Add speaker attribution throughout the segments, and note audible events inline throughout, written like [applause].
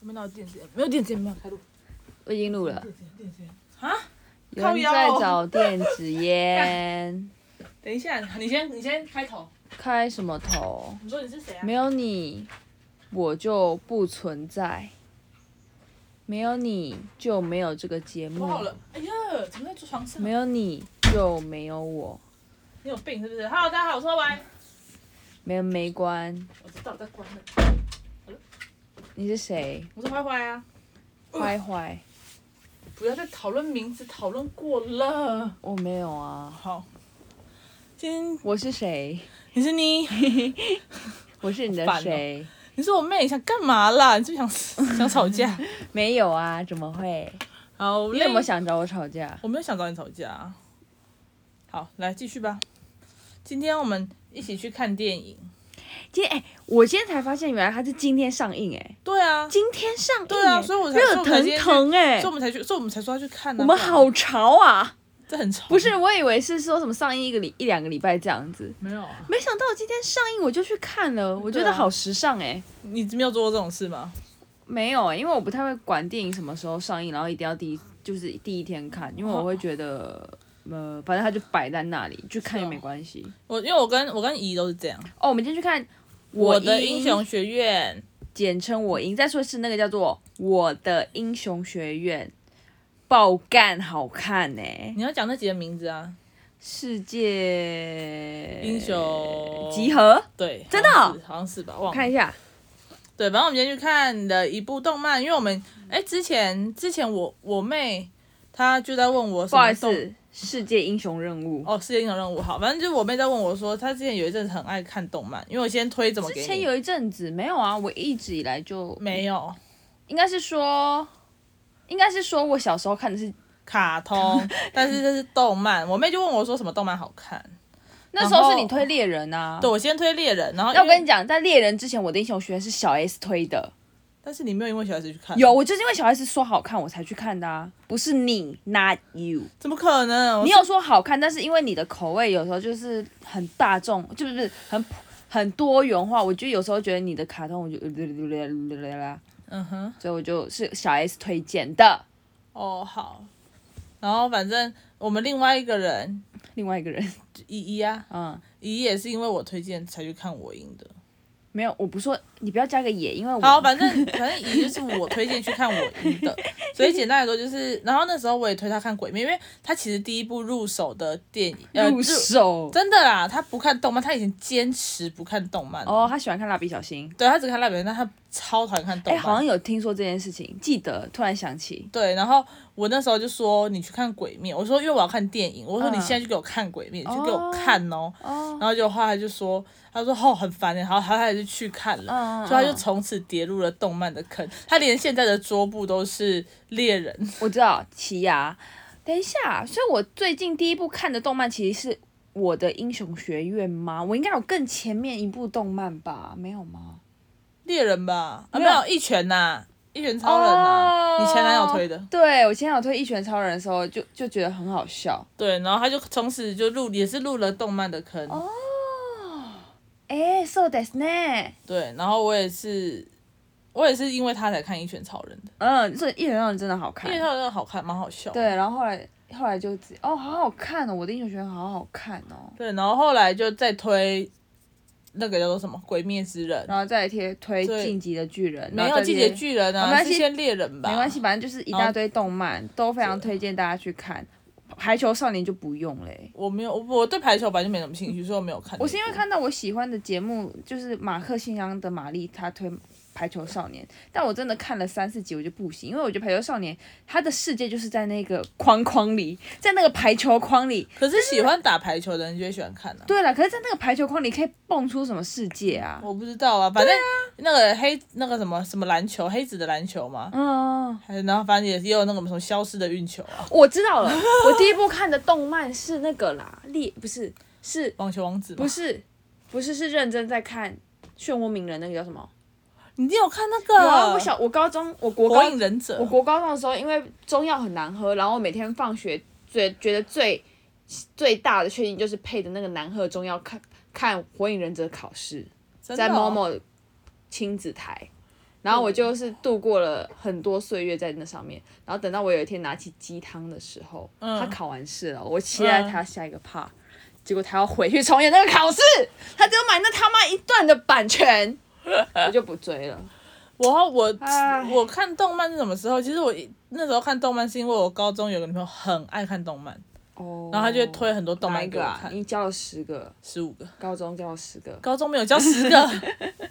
Speaker 1: 我们哪有电子烟？没有电子烟，没有开路。
Speaker 2: 我已经录了。
Speaker 1: 电子烟，电子烟啊！
Speaker 2: 有人在找电子烟，
Speaker 1: 等一下，你先，你先开头。
Speaker 2: 开什么头？
Speaker 1: 你说你是谁啊？
Speaker 2: 没有你，我就不存在；没有你，就没有这个节
Speaker 1: 我
Speaker 2: 目；
Speaker 1: 好了。哎呀，怎么在床上？
Speaker 2: 没有你，就没有我。
Speaker 1: 你有病是不是？Hello，大家好，我是 Y。
Speaker 2: 没人没关，
Speaker 1: 我知道我在关了。
Speaker 2: 你是谁？
Speaker 1: 我是坏坏啊！
Speaker 2: 坏坏，
Speaker 1: 不要再讨论名字，讨论过了。
Speaker 2: 我没有啊。
Speaker 1: 好，今天
Speaker 2: 我是谁？
Speaker 1: 你是 [laughs] 你，
Speaker 2: 我是你的
Speaker 1: 好烦哦
Speaker 2: 谁？
Speaker 1: 你是我妹，你想干嘛啦？你是不是想想吵架？
Speaker 2: 没有啊，怎么会？
Speaker 1: [laughs] 好，
Speaker 2: 你有没有？想找我吵架？
Speaker 1: 我没有想找你吵架啊。好，来继续吧。今天我们一起去看电影。
Speaker 2: 今天哎、我今天才发现，原来它是今天上映哎、
Speaker 1: 对啊，
Speaker 2: 今天上映、欸，
Speaker 1: 对啊所以我才
Speaker 2: 热腾腾哎、
Speaker 1: 所以我们才去，所以我们才说要去看呢、
Speaker 2: 我们好潮啊！
Speaker 1: 这很吵。
Speaker 2: 不是，我以为是说什么上映一个礼一两个礼拜这样子，
Speaker 1: 没有啊，
Speaker 2: 没想到今天上映我就去看了，我觉
Speaker 1: 对
Speaker 2: 得
Speaker 1: 啊
Speaker 2: 好时尚哎、
Speaker 1: 你没有做过这种事吗？
Speaker 2: 没有、欸，因为我不太会管电影什么时候上映，然后一定要第一就是第一天看，因为我会觉得。呃，反正它就摆在那里，去看
Speaker 1: 是
Speaker 2: 也
Speaker 1: 哦
Speaker 2: 没关系。
Speaker 1: 我因为我跟我跟姨都是这样。
Speaker 2: 哦，我们今天去看《
Speaker 1: 我
Speaker 2: 我
Speaker 1: 的
Speaker 2: 英
Speaker 1: 英雄学院，
Speaker 2: 简称我英，再说一次那个叫做《我的英雄学院》，爆干好看哎呢、
Speaker 1: 你要讲那几个名字啊？
Speaker 2: 世界
Speaker 1: 英雄
Speaker 2: 集，合，
Speaker 1: 对，
Speaker 2: 真的
Speaker 1: 好像是好像是吧？忘了。
Speaker 2: 看一下，
Speaker 1: 对，反正我们今天去看了一部动漫，因为我们哎，之前之前我我妹她就在问我什
Speaker 2: 不好
Speaker 1: 么
Speaker 2: 意
Speaker 1: 动
Speaker 2: 思，世界英雄任务。
Speaker 1: 哦，世界英雄任务好，反正就是我妹在问我说，她之前有一阵子很爱看动漫，因为我先推怎么给
Speaker 2: 之
Speaker 1: 你
Speaker 2: 前有一阵子没有啊，我一直以来就
Speaker 1: 没，有
Speaker 2: 应该是说，应该是说我小时候看的是，
Speaker 1: 卡通，但是这是动漫，我妹就问我说什么动漫好
Speaker 2: [laughs]
Speaker 1: 看，
Speaker 2: 那时候是你推猎人啊。
Speaker 1: 对我先推猎人，然后
Speaker 2: 那我
Speaker 1: 因为
Speaker 2: 跟你讲，在猎人之前，我的英雄学院是小 S 推的，
Speaker 1: 但是你没有因为小孩子去看，
Speaker 2: 有我就是因为小 S 说好看我才去看的啊，不是你，not you。
Speaker 1: 怎么可能？
Speaker 2: 你有说好看，但是因为你的口味有时候就是很大众，就是不是很普很多元化。我就有时候觉得你的卡通，我就
Speaker 1: 嗯哼，
Speaker 2: 所以我就是小 S 推荐的。
Speaker 1: 哦好，然后反正我们另外一个人
Speaker 2: 另外一个
Speaker 1: 嗯
Speaker 2: 人，
Speaker 1: 依依啊，
Speaker 2: 嗯，
Speaker 1: 依依也是因为我推荐才去看我赢的，
Speaker 2: 没有，我不说，你不要加个也，因为我
Speaker 1: 好，反
Speaker 2: [laughs]
Speaker 1: 正反正姨就是我推荐去看我姨的，所以简单来说就是，然后那时候我也推她看鬼灭，因为她其实第一部入手的电影，呃，
Speaker 2: 入手
Speaker 1: 真的啦，她不看动漫，她以前坚持不看动漫，
Speaker 2: 哦，他喜欢看蜡笔小新。
Speaker 1: 对她只看蜡笔小新，但她超讨厌看动
Speaker 2: 哎、
Speaker 1: 漫。
Speaker 2: 好像有听说这件事情，记得突然想起，
Speaker 1: 对，然后我那时候就说你去看《鬼灭》，我说因为我要看电影，我说你
Speaker 2: 嗯
Speaker 1: 现在就给我看《鬼灭》，
Speaker 2: 哦
Speaker 1: 就给我看哦。然后就后来就说，他说哦很烦耶然后他他就去看了，
Speaker 2: 嗯嗯
Speaker 1: 所以他就
Speaker 2: 嗯
Speaker 1: 从此跌入了动漫的坑，他连现在的桌布都是猎人， [laughs]
Speaker 2: 我知道奇牙。等一下，所以我最近第一部看的动漫其实是我的《英雄学院》吗？我应该有更前面一部动漫吧？没有吗？
Speaker 1: 猎人吧？啊，
Speaker 2: 没
Speaker 1: 没
Speaker 2: 有哦
Speaker 1: 有一拳呐、一拳超人呐、你前男友推的，
Speaker 2: 对我前男友推《一拳超人》的时候就，就觉得很好笑。
Speaker 1: 对，然后他就从此就入也是入了动漫的坑，
Speaker 2: 哦哎、s o that's ne，
Speaker 1: 对，然后我也是，我也是因为他才看一拳超人的，
Speaker 2: 嗯，这《一拳超人》真的好
Speaker 1: 一
Speaker 2: 看。
Speaker 1: 拳超人好看，蛮好笑的，
Speaker 2: 对，然后后来后来就自己哦，好好看哦，我的《英雄学院》好好看哦。
Speaker 1: 对，然后后来就再推那个叫做什么《鬼灭之刃》，
Speaker 2: 然后再来贴推《
Speaker 1: 对
Speaker 2: 进击的巨人》，
Speaker 1: 没有《
Speaker 2: 《
Speaker 1: 季节巨人》
Speaker 2: 没
Speaker 1: 啊，
Speaker 2: 关系
Speaker 1: 是先猎人吧？
Speaker 2: 没关系，，反正就是一大堆动漫都非常推荐大家去看，《排球少年》就不用嘞、
Speaker 1: 我没有，我我对排球本来就没什么兴趣，所以我没有看那部。
Speaker 2: 我是因为看到我喜欢的节目，就是马克信箱的玛丽，她推《排球少年》，但我真的看了三四集我就不行，因为我觉得《排球少年》他的世界就是在那个框框里，在那个排球框里。
Speaker 1: 可是喜欢打排球的人就会喜欢看啊。
Speaker 2: 对了，可是，在那个排球框里可以蹦出什么世界啊？
Speaker 1: 我不知道啊，反正那个黑那个什么什么篮球，黑子的篮球嘛，
Speaker 2: 嗯，
Speaker 1: 还有然后反正也也有那个什么消失的运球啊，
Speaker 2: 我知 [laughs] 道了，我第一部看的动漫是那个啦，猎不是是
Speaker 1: 网球王子嘛。
Speaker 2: 不是不是是认真在看漩涡鸣人那个叫什么？
Speaker 1: 你一定有看那
Speaker 2: 有啊，我
Speaker 1: 个
Speaker 2: 小我高中我国高
Speaker 1: 火影忍者
Speaker 2: 我？国高中的时候，因为中药很难喝，然后我每天放学最觉得最最大的确定就是配的那个难喝的中药看看《火影忍者》考试，
Speaker 1: 真的
Speaker 2: 在
Speaker 1: 哦
Speaker 2: 某某亲子台，然后我就是度过了很多岁月在那上面。然后等到我有一天拿起鸡汤的时候，
Speaker 1: 嗯
Speaker 2: 他考完试了，我期待他下一个 part，、结果他要回去重演那个考试，他只有买那他妈一段的版权，我就不追了。
Speaker 1: 我我
Speaker 2: 唉
Speaker 1: 我看动漫是什么时候？其实我一那时候看动漫是因为我高中有个女朋友很爱看动漫，
Speaker 2: 哦，
Speaker 1: 然后她就会推很多动
Speaker 2: 哪
Speaker 1: 漫
Speaker 2: 一
Speaker 1: 给
Speaker 2: 个
Speaker 1: 我
Speaker 2: 啊？
Speaker 1: 看，
Speaker 2: 你教了十个，
Speaker 1: 十五个。
Speaker 2: 高中教了十个，
Speaker 1: 高中没有教十个。 [laughs]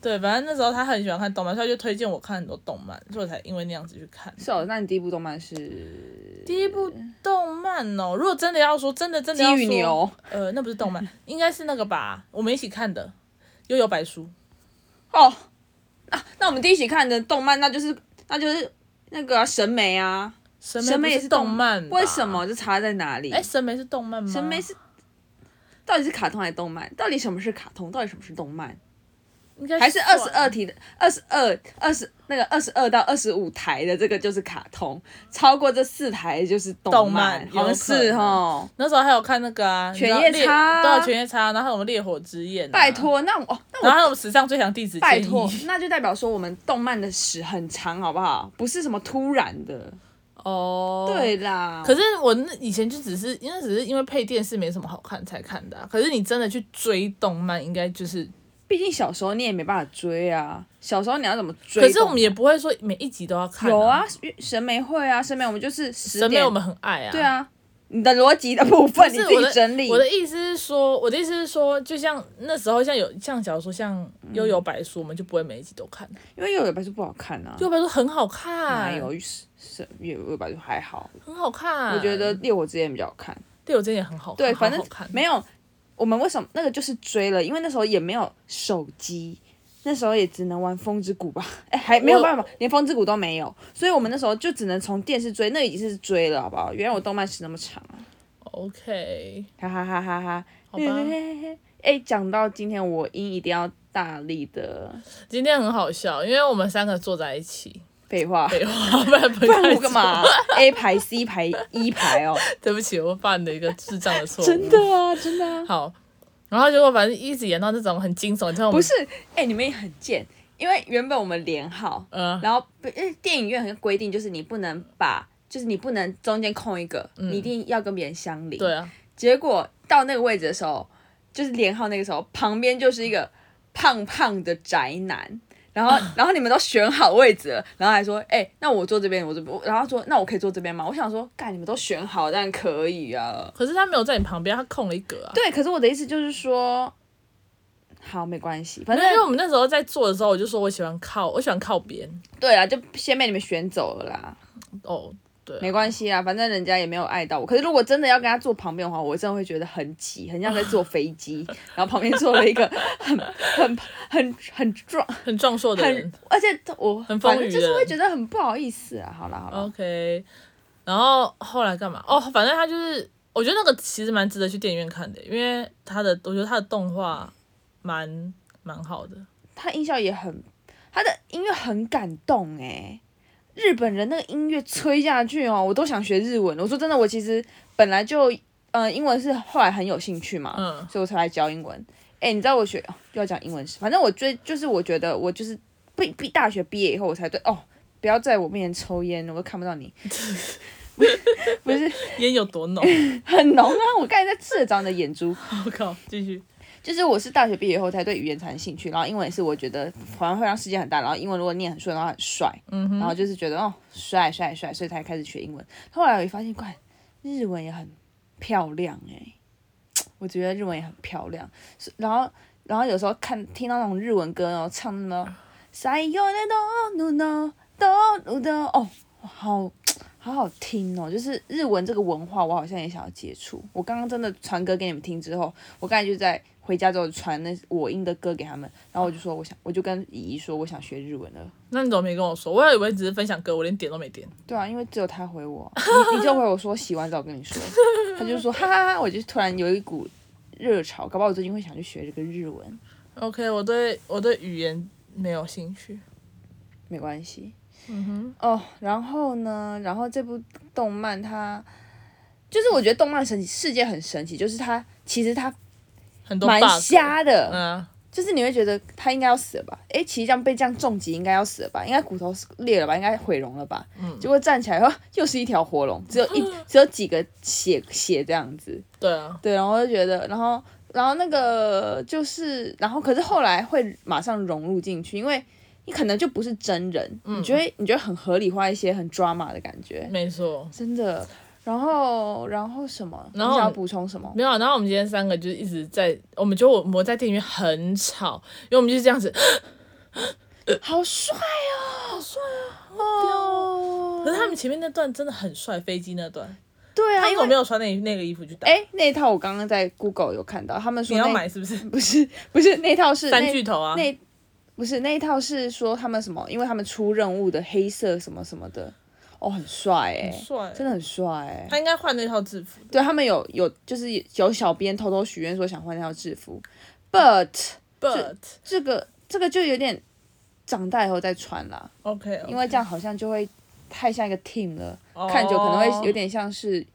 Speaker 1: 对，反正那时候他很喜欢看动漫，所以他就推荐我看很多动漫，所以我才因为那样子去看。
Speaker 2: 是哦。那你第一部动漫是
Speaker 1: 第一部动漫哦，如果真的要说，真的真
Speaker 2: 《
Speaker 1: 的要
Speaker 2: 鸡
Speaker 1: 说，
Speaker 2: 与牛》
Speaker 1: 呃，那不是动
Speaker 2: [laughs]
Speaker 1: 漫，应该是那个吧，我们一起看的《悠悠白书》。
Speaker 2: 哦。那、那我们第一起看的动漫，那就是那就是那个啊、神媒啊。
Speaker 1: 神
Speaker 2: 神
Speaker 1: 眉
Speaker 2: 眉
Speaker 1: 不
Speaker 2: 也
Speaker 1: 是
Speaker 2: 是
Speaker 1: 动
Speaker 2: 动
Speaker 1: 漫，
Speaker 2: 为什？么？这差在哪里？
Speaker 1: 哎，嗯神眉是动漫吗？
Speaker 2: 神眉是到底是卡通还是动漫？到底什么是卡通？到底什么是动漫？
Speaker 1: 应该
Speaker 2: 还是二
Speaker 1: 算
Speaker 2: 十二题的二十二二十那个二十二到二十五台的这个就是卡通，超过这四台就是
Speaker 1: 动
Speaker 2: 动
Speaker 1: 漫
Speaker 2: 好像
Speaker 1: 有
Speaker 2: 是
Speaker 1: 可能
Speaker 2: 哦。
Speaker 1: 那时候还有看那个啊，
Speaker 2: 犬夜
Speaker 1: 你知道猎
Speaker 2: 叉
Speaker 1: 对啊，犬夜叉，然后还有我们烈火之焰、
Speaker 2: 拜，托，
Speaker 1: 嗯
Speaker 2: 那我哦，那
Speaker 1: 然后还有我们史上最强弟子，
Speaker 2: 拜托， [laughs] 那就代表说我们动漫的史很长，好不好？不是什么突然的，
Speaker 1: 哦，
Speaker 2: 对啦。
Speaker 1: 可是我那以前就只是因为只是因为配电视没什么好看才看的啊、可是你真的去追动漫，应该就是，
Speaker 2: 毕竟小时候你也没办法追啊，小时候你要怎么追动
Speaker 1: 可
Speaker 2: 漫？
Speaker 1: 是我们啊也不会说每一集都要看、
Speaker 2: 有，啊，审美会啊，审美我们就是十
Speaker 1: 审美
Speaker 2: 点
Speaker 1: 我们很爱啊。
Speaker 2: 对，啊，你的逻辑的部分你
Speaker 1: 是
Speaker 2: 自
Speaker 1: 我的
Speaker 2: 己整理。
Speaker 1: 我的意思是说，我的意思是说，就像那时候像有像假如说像悠悠白书，我们就不会每一集都看。
Speaker 2: 因为有尾巴就不好看啊，
Speaker 1: 悠悠白书很好看，
Speaker 2: 嗯哪有是是有尾巴就还好，
Speaker 1: 很好看。
Speaker 2: 我觉得烈火之焰比较好看。
Speaker 1: 对我真的也很啊好看，
Speaker 2: 对，
Speaker 1: 好
Speaker 2: 反正
Speaker 1: 好看
Speaker 2: 没有我们为什么那个就是追了，因为那时候也没有手机。那时候也只能玩《风之谷》吧， [laughs] 哎、还没有办法，连《风之谷》都没有，所以我们那时候就只能从电视追，那已经是追了，好不好？原来我动漫史那么长啊，
Speaker 1: OK，
Speaker 2: 哈哈哈哈哈！
Speaker 1: 好吧。
Speaker 2: 哎，讲到今天，我音一定要大力的
Speaker 1: 今天很好笑，因为我们三个坐在一起，
Speaker 2: 废话，
Speaker 1: 废话，不然不
Speaker 2: 不然
Speaker 1: 然
Speaker 2: 我干？嘛 [laughs] ？A 排、C 排、E 排哦，
Speaker 1: 对不起，我犯了一个智障的错误。
Speaker 2: [laughs] 真的啊，真的啊，
Speaker 1: 好，然后结果反正一直演到那种很惊悚，你知道我们
Speaker 2: 不是，哎、你们也很贱，因为原本我们连号，
Speaker 1: 呃
Speaker 2: 然后不，因为电影院很规定，就是你不能把，就是你不能中间空一个，你一定要跟别人相邻。
Speaker 1: 对啊，
Speaker 2: 结果到那个位置的时候，就是连号那个时候，旁边就是一个胖胖的宅男。然后，然后你们都选好位置了，然后还说，哎、那我坐这边，我这边，然后说，那我可以坐这边吗？我想说，干，你们都选好，当然可以啊。
Speaker 1: 可是他没有在你旁边，他空了一格啊。
Speaker 2: 对，可是我的意思就是说，好，没关系，反
Speaker 1: 反正因为
Speaker 2: 正
Speaker 1: 我们那时候在做的时候，我就说我喜欢靠，我喜欢靠边。
Speaker 2: 对啊，就先被你们选走了啦，
Speaker 1: 哦，对啊、
Speaker 2: 没关系啊，反正人家也没有爱到我。可是如果真的要跟他坐旁边的话，我真的会觉得很挤，很像在坐飞
Speaker 1: [laughs]
Speaker 2: 机，然后旁边坐了一个 [laughs] 很很很很壮，
Speaker 1: 很壮硕的人
Speaker 2: 很。而且我
Speaker 1: 很
Speaker 2: 反
Speaker 1: 丰
Speaker 2: 正
Speaker 1: 腴
Speaker 2: 就
Speaker 1: 的
Speaker 2: 是会
Speaker 1: 人
Speaker 2: 觉得很不好意思啊。好啦好啦，
Speaker 1: OK，然后后来干嘛？哦，反正他就是，我觉得那个其实蛮值得去电影院看的，因为他的，我觉得他的动画蛮蛮好的。
Speaker 2: 他音效也很，他的音乐很感动哎、日本人那个音乐吹下去哦，我都想学日文了。我说真的，我其实本来就，呃，英文是后来很有兴趣嘛，
Speaker 1: 嗯
Speaker 2: 所以我才来教英文。哎、你知道我学、哦、又要讲英文史，反正我最就是我觉得我就是毕毕大学毕业以后，我才对哦，不要在我面前抽烟，我都看不到你。不是
Speaker 1: 烟有多
Speaker 2: [laughs]
Speaker 1: 浓？
Speaker 2: 很浓啊！我刚才在赤着你的眼珠，
Speaker 1: 我靠，继续。
Speaker 2: 就是我是大学毕业以后才对语言产生兴趣，然后英文也是我觉得好像会让世界很大，然后英文如果念很顺，然后很帅，
Speaker 1: 嗯哼，
Speaker 2: 然后就是觉得哦帅帅帅，所以才开始学英文。后来我也发现，怪日文也很漂亮哎、我觉得日文也很漂亮。是然后然后有时候看听到那种日文歌哦，唱那种 “sai yo ne do nu no do nu do”，哦，好好好听哦，就是日文这个文化，我好像也想要接触。我刚刚真的传歌给你们听之后，我刚才就在。回家之后传那我音的歌给他们，然后我就说我想，我就跟姨姨说我想学日文了，
Speaker 1: 那你怎么没跟我说？我还以为只是分享歌，我连点都没点。
Speaker 2: 对啊，因为只有他回我，你你就回我说洗完澡跟你
Speaker 1: [laughs]
Speaker 2: 说，他就说哈哈哈，我就突然有一股热潮，搞不好我最近会想去学这个日文，
Speaker 1: OK，我对我对语言没有兴趣。
Speaker 2: 没关系
Speaker 1: 嗯哼，
Speaker 2: 哦。然后呢，然后这部动漫它就是我觉得动漫神奇世界很神奇，就是它其实它
Speaker 1: 很多 bug，
Speaker 2: 蛮瞎的，
Speaker 1: 嗯啊，
Speaker 2: 就是你会觉得他应该要死了吧？诶，其实这样被这样重击应该要死了吧？应该骨头裂了吧？应该毁容了吧？
Speaker 1: 嗯
Speaker 2: 结果站起来后哦又是一条活龙，只有一
Speaker 1: 啊
Speaker 2: 只有几个血血这样子。
Speaker 1: 对啊，
Speaker 2: 对，然后我就觉得，然后然后那个就是，然后可是后来会马上融入进去，因为你可能就不是真人，
Speaker 1: 嗯
Speaker 2: 你觉得你觉得很合理化一些很 drama 的感觉，
Speaker 1: 没错。
Speaker 2: 真的。然后然后什么？
Speaker 1: 然后
Speaker 2: 你想要
Speaker 1: 你
Speaker 2: 补充什么？
Speaker 1: 没有啊，然后我们今天三个就是一直在，我们觉得我们在电影院很吵，因为我们就是这样子，呃
Speaker 2: 好帅哦，好
Speaker 1: 可
Speaker 2: 帅
Speaker 1: 是
Speaker 2: 哦！
Speaker 1: 他们前面那段真的很帅，飞机那段，
Speaker 2: 对啊，
Speaker 1: 他
Speaker 2: 因
Speaker 1: 为
Speaker 2: 为
Speaker 1: 没有穿那那个衣服去打，
Speaker 2: 哎、那一套我刚刚在 Google 有看到，他们
Speaker 1: 你
Speaker 2: 说
Speaker 1: 要
Speaker 2: 那
Speaker 1: 买是不是？
Speaker 2: 不是不是那一套是
Speaker 1: 三
Speaker 2: 那
Speaker 1: 巨头啊，
Speaker 2: 那不是那一套是说他们什么？因为他们出任务的黑色什么什么的，哦，很帅哎、
Speaker 1: 很帅
Speaker 2: 真的很帅哎、
Speaker 1: 他应该换那套制服。
Speaker 2: 对他们有有就是有小编偷偷许愿说想换那套制服，but
Speaker 1: But
Speaker 2: 这个这个就有点长大以后再穿啦，
Speaker 1: OK，哦
Speaker 2: 因为这样好像就会太像一个 team 了，看久可能会有。点像是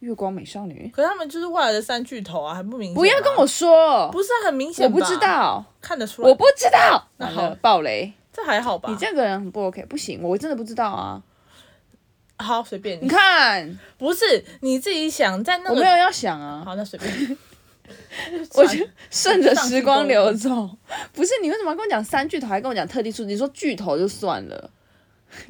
Speaker 2: 月光美少女。
Speaker 1: 可是他们就是未来的三巨头啊，还不明显吗。
Speaker 2: 不要跟我说，
Speaker 1: 不是啊很明显，
Speaker 2: 我不知，道，
Speaker 1: 看得出来。
Speaker 2: 我不知道。
Speaker 1: 那
Speaker 2: 完
Speaker 1: 好
Speaker 2: 了，暴雷，
Speaker 1: 这还好吧？
Speaker 2: 你这个人很不 OK，不行，我真的不知道啊。
Speaker 1: 好随便
Speaker 2: 你看，
Speaker 1: 不是你自己想在那
Speaker 2: 我
Speaker 1: 个
Speaker 2: 没有要想啊，
Speaker 1: 好，那随便。
Speaker 2: [laughs] 我就顺着时光流
Speaker 1: 上
Speaker 2: 走。不是你为什么要跟我讲三巨头，还跟我讲特定数字？你说巨头就算了，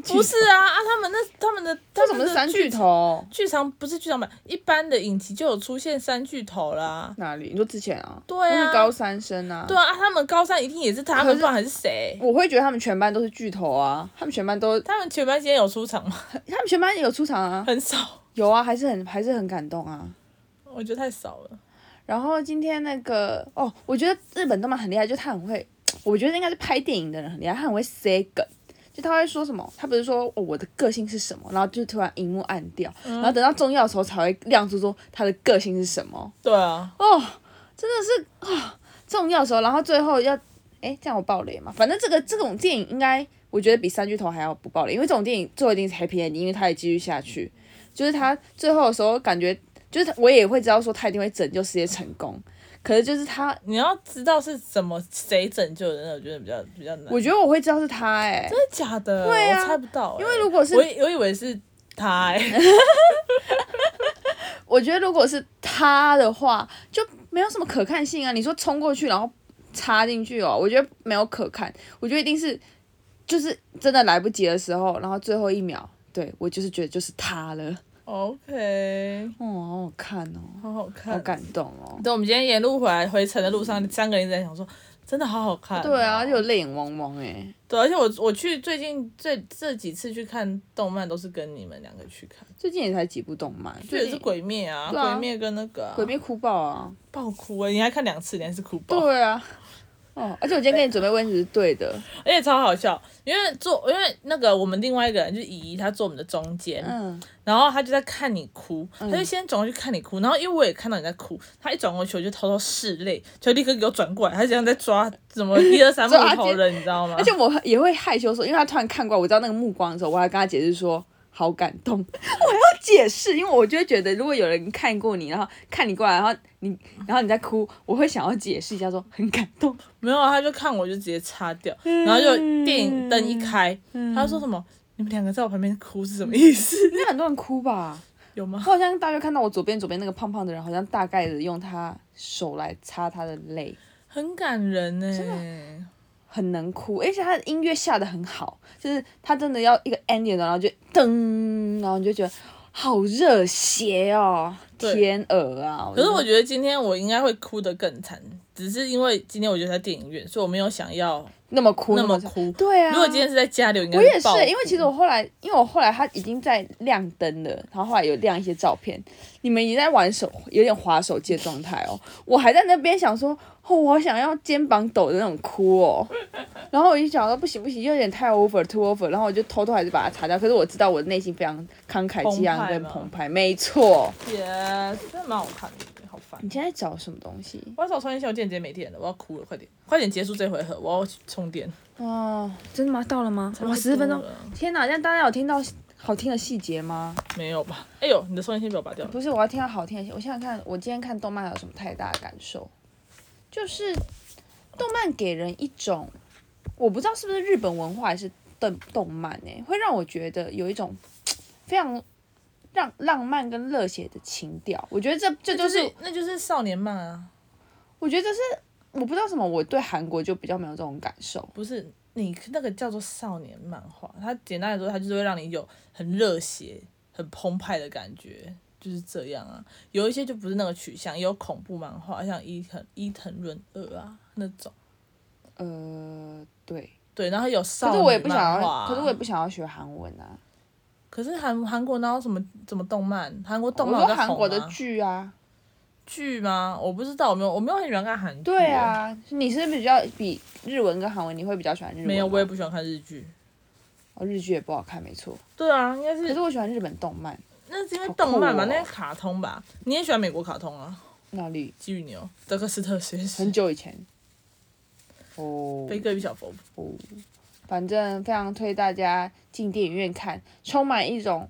Speaker 1: 不是啊啊！他们那他们的他
Speaker 2: 为什么
Speaker 1: 们
Speaker 2: 是三
Speaker 1: 的
Speaker 2: 巨
Speaker 1: 剧
Speaker 2: 头？
Speaker 1: 剧场不是剧场版，一般的影集就有出现三巨头啦。
Speaker 2: 哪里？你说之前啊？
Speaker 1: 对啊
Speaker 2: 都是高三生啊。
Speaker 1: 对啊，啊他们高三一定也是他
Speaker 2: 可
Speaker 1: 们，
Speaker 2: 是
Speaker 1: 不然还是谁？
Speaker 2: 我会觉得他们全班都是巨头啊，他们全班都，
Speaker 1: 他们全班今天有出场吗？ [laughs]
Speaker 2: 他们全班也有出场啊，
Speaker 1: 很少，
Speaker 2: 有啊，还是很还是很感动啊。
Speaker 1: 我觉得太少了。
Speaker 2: 然后今天那个哦，我觉得日本动漫很厉害，就他很会，我觉得应该是拍电影的人很厉害，他很会塞梗。就他会说什么？他不是说、哦、我的个性是什么，然后就突然荧幕暗掉，然后等到重要的时候才会亮出说他的个性是什么。
Speaker 1: 对啊，
Speaker 2: 哦，真的是啊、重要的时候，然后最后要，哎，这样我爆雷嘛？反正这个这种电影应该，我觉得比三巨头还要不爆雷，因为这种电影最后一定是 happy ending，因为它也继续下去。就是他最后的时候，感觉就是他我也会知道说他一定会拯救世界成功，可是就是他，
Speaker 1: 你要知道是怎么谁拯救的，那我觉得比较比较难。
Speaker 2: 我觉得我会知道是他哎、
Speaker 1: 真的假的？
Speaker 2: 对啊
Speaker 1: 我猜不到欸、
Speaker 2: 因为如果是
Speaker 1: 我以我以为是他、
Speaker 2: [laughs]
Speaker 1: 欸，
Speaker 2: 我觉得如果是他的话，就没有什么可看性啊。你说冲过去然后插进去哦，我觉得没有可看，我觉得一定是就是真的来不及的时候，然后最后一秒，对我就是觉得就是他了。
Speaker 1: OK，
Speaker 2: 哦，好好看哦，
Speaker 1: 好好
Speaker 2: 好
Speaker 1: 看。
Speaker 2: 感动哦。
Speaker 1: 对，我们今天沿路回来回程的路上，三个人一直在想说，真的好好看哦、
Speaker 2: 对啊，就泪眼汪汪哎。
Speaker 1: 对，而且我我去最近这这几次去看动漫，都是跟你们两个去看，
Speaker 2: 最近也才几部动漫，
Speaker 1: 这
Speaker 2: 最
Speaker 1: 也
Speaker 2: 近
Speaker 1: 是鬼灭啊，
Speaker 2: 对啊
Speaker 1: 鬼灭跟那个、啊、
Speaker 2: 鬼灭哭爆啊。
Speaker 1: 爆哭哎、你还看两次，你还是哭爆，
Speaker 2: 对啊。哦，而且我今天给你准备问题是对的，
Speaker 1: 而且超好笑，因为坐因为那个我们另外一个人就是怡怡，她坐我们的中间，
Speaker 2: 嗯，
Speaker 1: 然后他就在看你哭，他就先转过去看你哭，然后因为我也看到你在哭，他一转过去我就偷偷拭泪，就立刻给我转过来，他就像在抓什么一二三木
Speaker 2: 抓
Speaker 1: 头人，你知道吗？
Speaker 2: 而且我也会害羞说，因为他突然看过来，我知道那个目光的时候，我还跟他解释说好感动， [laughs] 我还要解释，因为我就会觉得如果有人看过你，然后看你过来，然后你然后你在哭，我会想要解释一下说很感动， [laughs]
Speaker 1: 没有啊，他就看我就直接擦掉，
Speaker 2: 嗯
Speaker 1: 然后就电影灯一开，他就说什么你们两个在我旁边哭是什么意思？ [laughs]
Speaker 2: 应该很多人哭吧？
Speaker 1: 有吗？
Speaker 2: 我好像大约看到我左边左边那个胖胖的人，好像大概的用他手来擦他的泪，
Speaker 1: 很感人呢、
Speaker 2: 啊很能哭，而且他的音乐下的很好，就是他真的要一个 ending，然后就噔，然后你就觉得。好热血哦，
Speaker 1: 对
Speaker 2: 天鹅啊！
Speaker 1: 可是
Speaker 2: 真的
Speaker 1: 我觉得今天我应该会哭得更惨，只是因为今天我就在电影院，所以我没有想要
Speaker 2: 那么哭
Speaker 1: 那么
Speaker 2: 么惨
Speaker 1: 哭。
Speaker 2: 对啊。
Speaker 1: 如果今天是在家里，我应该
Speaker 2: 我也是
Speaker 1: 爆哭，
Speaker 2: 因为其实我后来，因为我后来他已经在亮灯了，然后后来有亮一些照片，你们已经在玩手，有点滑手机的状态哦。我还在那边想说，哦，我好想要肩膀抖的那种哭哦。然后我就想到不行不行，有点太 over too over，然后我就偷偷还是把它擦掉。可是我知道我内心非常慷慨激昂跟
Speaker 1: 澎湃吗
Speaker 2: 澎湃，没错。
Speaker 1: 也真的蛮好看的，好烦
Speaker 2: 你。现在找什么东西？
Speaker 1: 我要找充电线，我电直接没电了，我要哭了，快点，快点结束这回合，我要去充电。
Speaker 2: 哦，真的吗？到了吗？哇，
Speaker 1: 差不多
Speaker 2: 十分钟！
Speaker 1: 了
Speaker 2: 天哪，这样大家有听到好听的细节吗？
Speaker 1: 没有吧？哎呦，你的充电线被我拔掉了。
Speaker 2: 不是，我要听到好听的。我想想看，我今天看动漫有什么太大的感受，就是动漫给人一种，我不知道是不是日本文化还是动动漫呢、会让我觉得有一种非常让浪漫跟热血的情调。我觉得这
Speaker 1: 这
Speaker 2: 这就
Speaker 1: 就是是那就是少年漫啊，
Speaker 2: 我觉得这是我不知道为什么，我对韩国就比较没有这种感受。
Speaker 1: 不是你那个叫做少年漫画，它简单来说，它就是会让你有很热血、很澎湃的感觉，就是这样啊。有一些就不是那个取向，也有恐怖漫画，像伊藤伊藤润二啊那种，
Speaker 2: 呃，对。
Speaker 1: 对，然后有少
Speaker 2: 可
Speaker 1: 女
Speaker 2: 是我也不想
Speaker 1: 漫画
Speaker 2: 要，
Speaker 1: 啊
Speaker 2: 可是我也不想要学韩文啊。
Speaker 1: 可是韩韩国哪有什么怎么动漫？韩国动
Speaker 2: 我
Speaker 1: 漫有
Speaker 2: 说
Speaker 1: 在红
Speaker 2: 韩
Speaker 1: 吗
Speaker 2: 国的剧啊，
Speaker 1: 剧吗？我不知道，我没有我没有很喜欢看韩剧。
Speaker 2: 对，啊，你是比较比日文跟韩文，你会比较喜欢日文
Speaker 1: 嗯哦
Speaker 2: 吗？
Speaker 1: 没有，我也不喜欢看日剧。
Speaker 2: 哦，日剧也不好看，没错。
Speaker 1: 对啊，应该
Speaker 2: 可
Speaker 1: 是
Speaker 2: 是我喜欢日本动漫
Speaker 1: 那是因为动漫吧，
Speaker 2: 好酷哦
Speaker 1: 那是卡通吧。你也喜欢美国卡通啊？
Speaker 2: 那里，
Speaker 1: 基宇牛、德克斯特学士
Speaker 2: 很、久以前。哦，
Speaker 1: 飞哥与小佛，
Speaker 2: 哦，反正非常推大家进电影院看，充满一种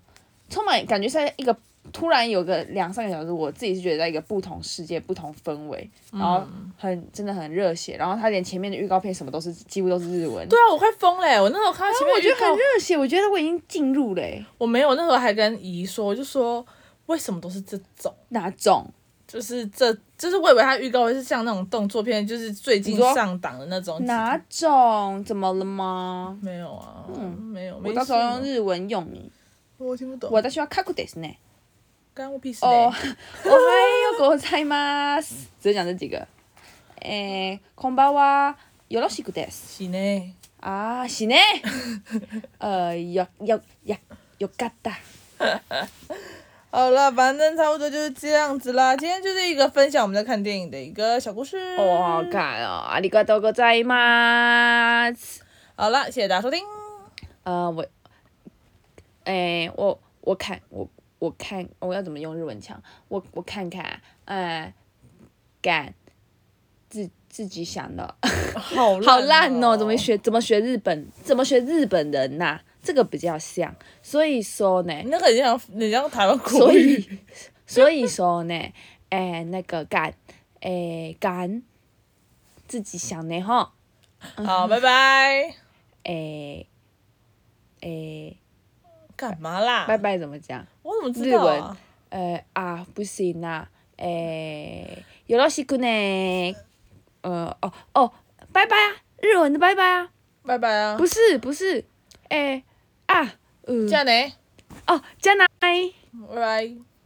Speaker 2: 充满感觉是在一个突然有个两三个小时，我自己是觉得在一个不同世界、不同氛围，
Speaker 1: 嗯
Speaker 2: 然后很真的很热血，然后他连前面的预告片什么都是几乎都是日文，
Speaker 1: 对啊，我快疯嘞！我那时候看到前面
Speaker 2: 啊我觉
Speaker 1: 预
Speaker 2: 得很
Speaker 1: 告，
Speaker 2: 热血，我觉得我已经进入了、欸、
Speaker 1: 我没有，那时候还跟姨说，我就说为什么都是这种。
Speaker 2: 哪种？
Speaker 1: 就是这，就是我以为他预告会是像那种动作片，就是最近
Speaker 2: 你说
Speaker 1: 上档的那种。
Speaker 2: 哪种？怎么了吗？
Speaker 1: 没有啊，没有。
Speaker 2: 嗯我
Speaker 1: 没
Speaker 2: 到时候
Speaker 1: 什么
Speaker 2: 用日文用你，
Speaker 1: 我听不懂。
Speaker 2: 我在学校卡库ですね。
Speaker 1: 干我屁事、
Speaker 2: 哦
Speaker 1: 哦，，
Speaker 2: おはようございます。只讲这几个。诶、こんばんは。よろしくです。
Speaker 1: 洗呢？
Speaker 2: あー、し [laughs] ね。呃，よよよよかった。
Speaker 1: 好了，反正差不多就是这样子啦。今天就是一个分享我们在看电影的一个小故事。
Speaker 2: 哦，好看哦，ありがとうございます。
Speaker 1: 好了，谢谢大家收听。
Speaker 2: 呃，我，诶、我我看我我看我要怎么用日文讲？我我看看，呃，干，自自己想的。 [laughs]
Speaker 1: 好
Speaker 2: 好烂哦！怎么？学怎么学日本？怎么学日本人呐、这个比较像。所以说 [laughs] 呢，
Speaker 1: 你那个你像你像台湾国
Speaker 2: 所
Speaker 1: 语，
Speaker 2: 以所以说呢，哎、那个敢，哎、敢自己想的哈，
Speaker 1: 好，拜拜。
Speaker 2: 哎、哎、
Speaker 1: 干嘛啦？
Speaker 2: 拜。拜怎么讲？
Speaker 1: 我怎么知道
Speaker 2: 日文
Speaker 1: 啊？
Speaker 2: 呃啊，不行啦，哎、よろしくね，呃哦哦，拜拜啊，日文的拜拜啊，
Speaker 1: 拜拜啊！
Speaker 2: 不是不是，哎、啊，呃
Speaker 1: 这，样呢，
Speaker 2: 哦，じゃない。
Speaker 1: 拜拜。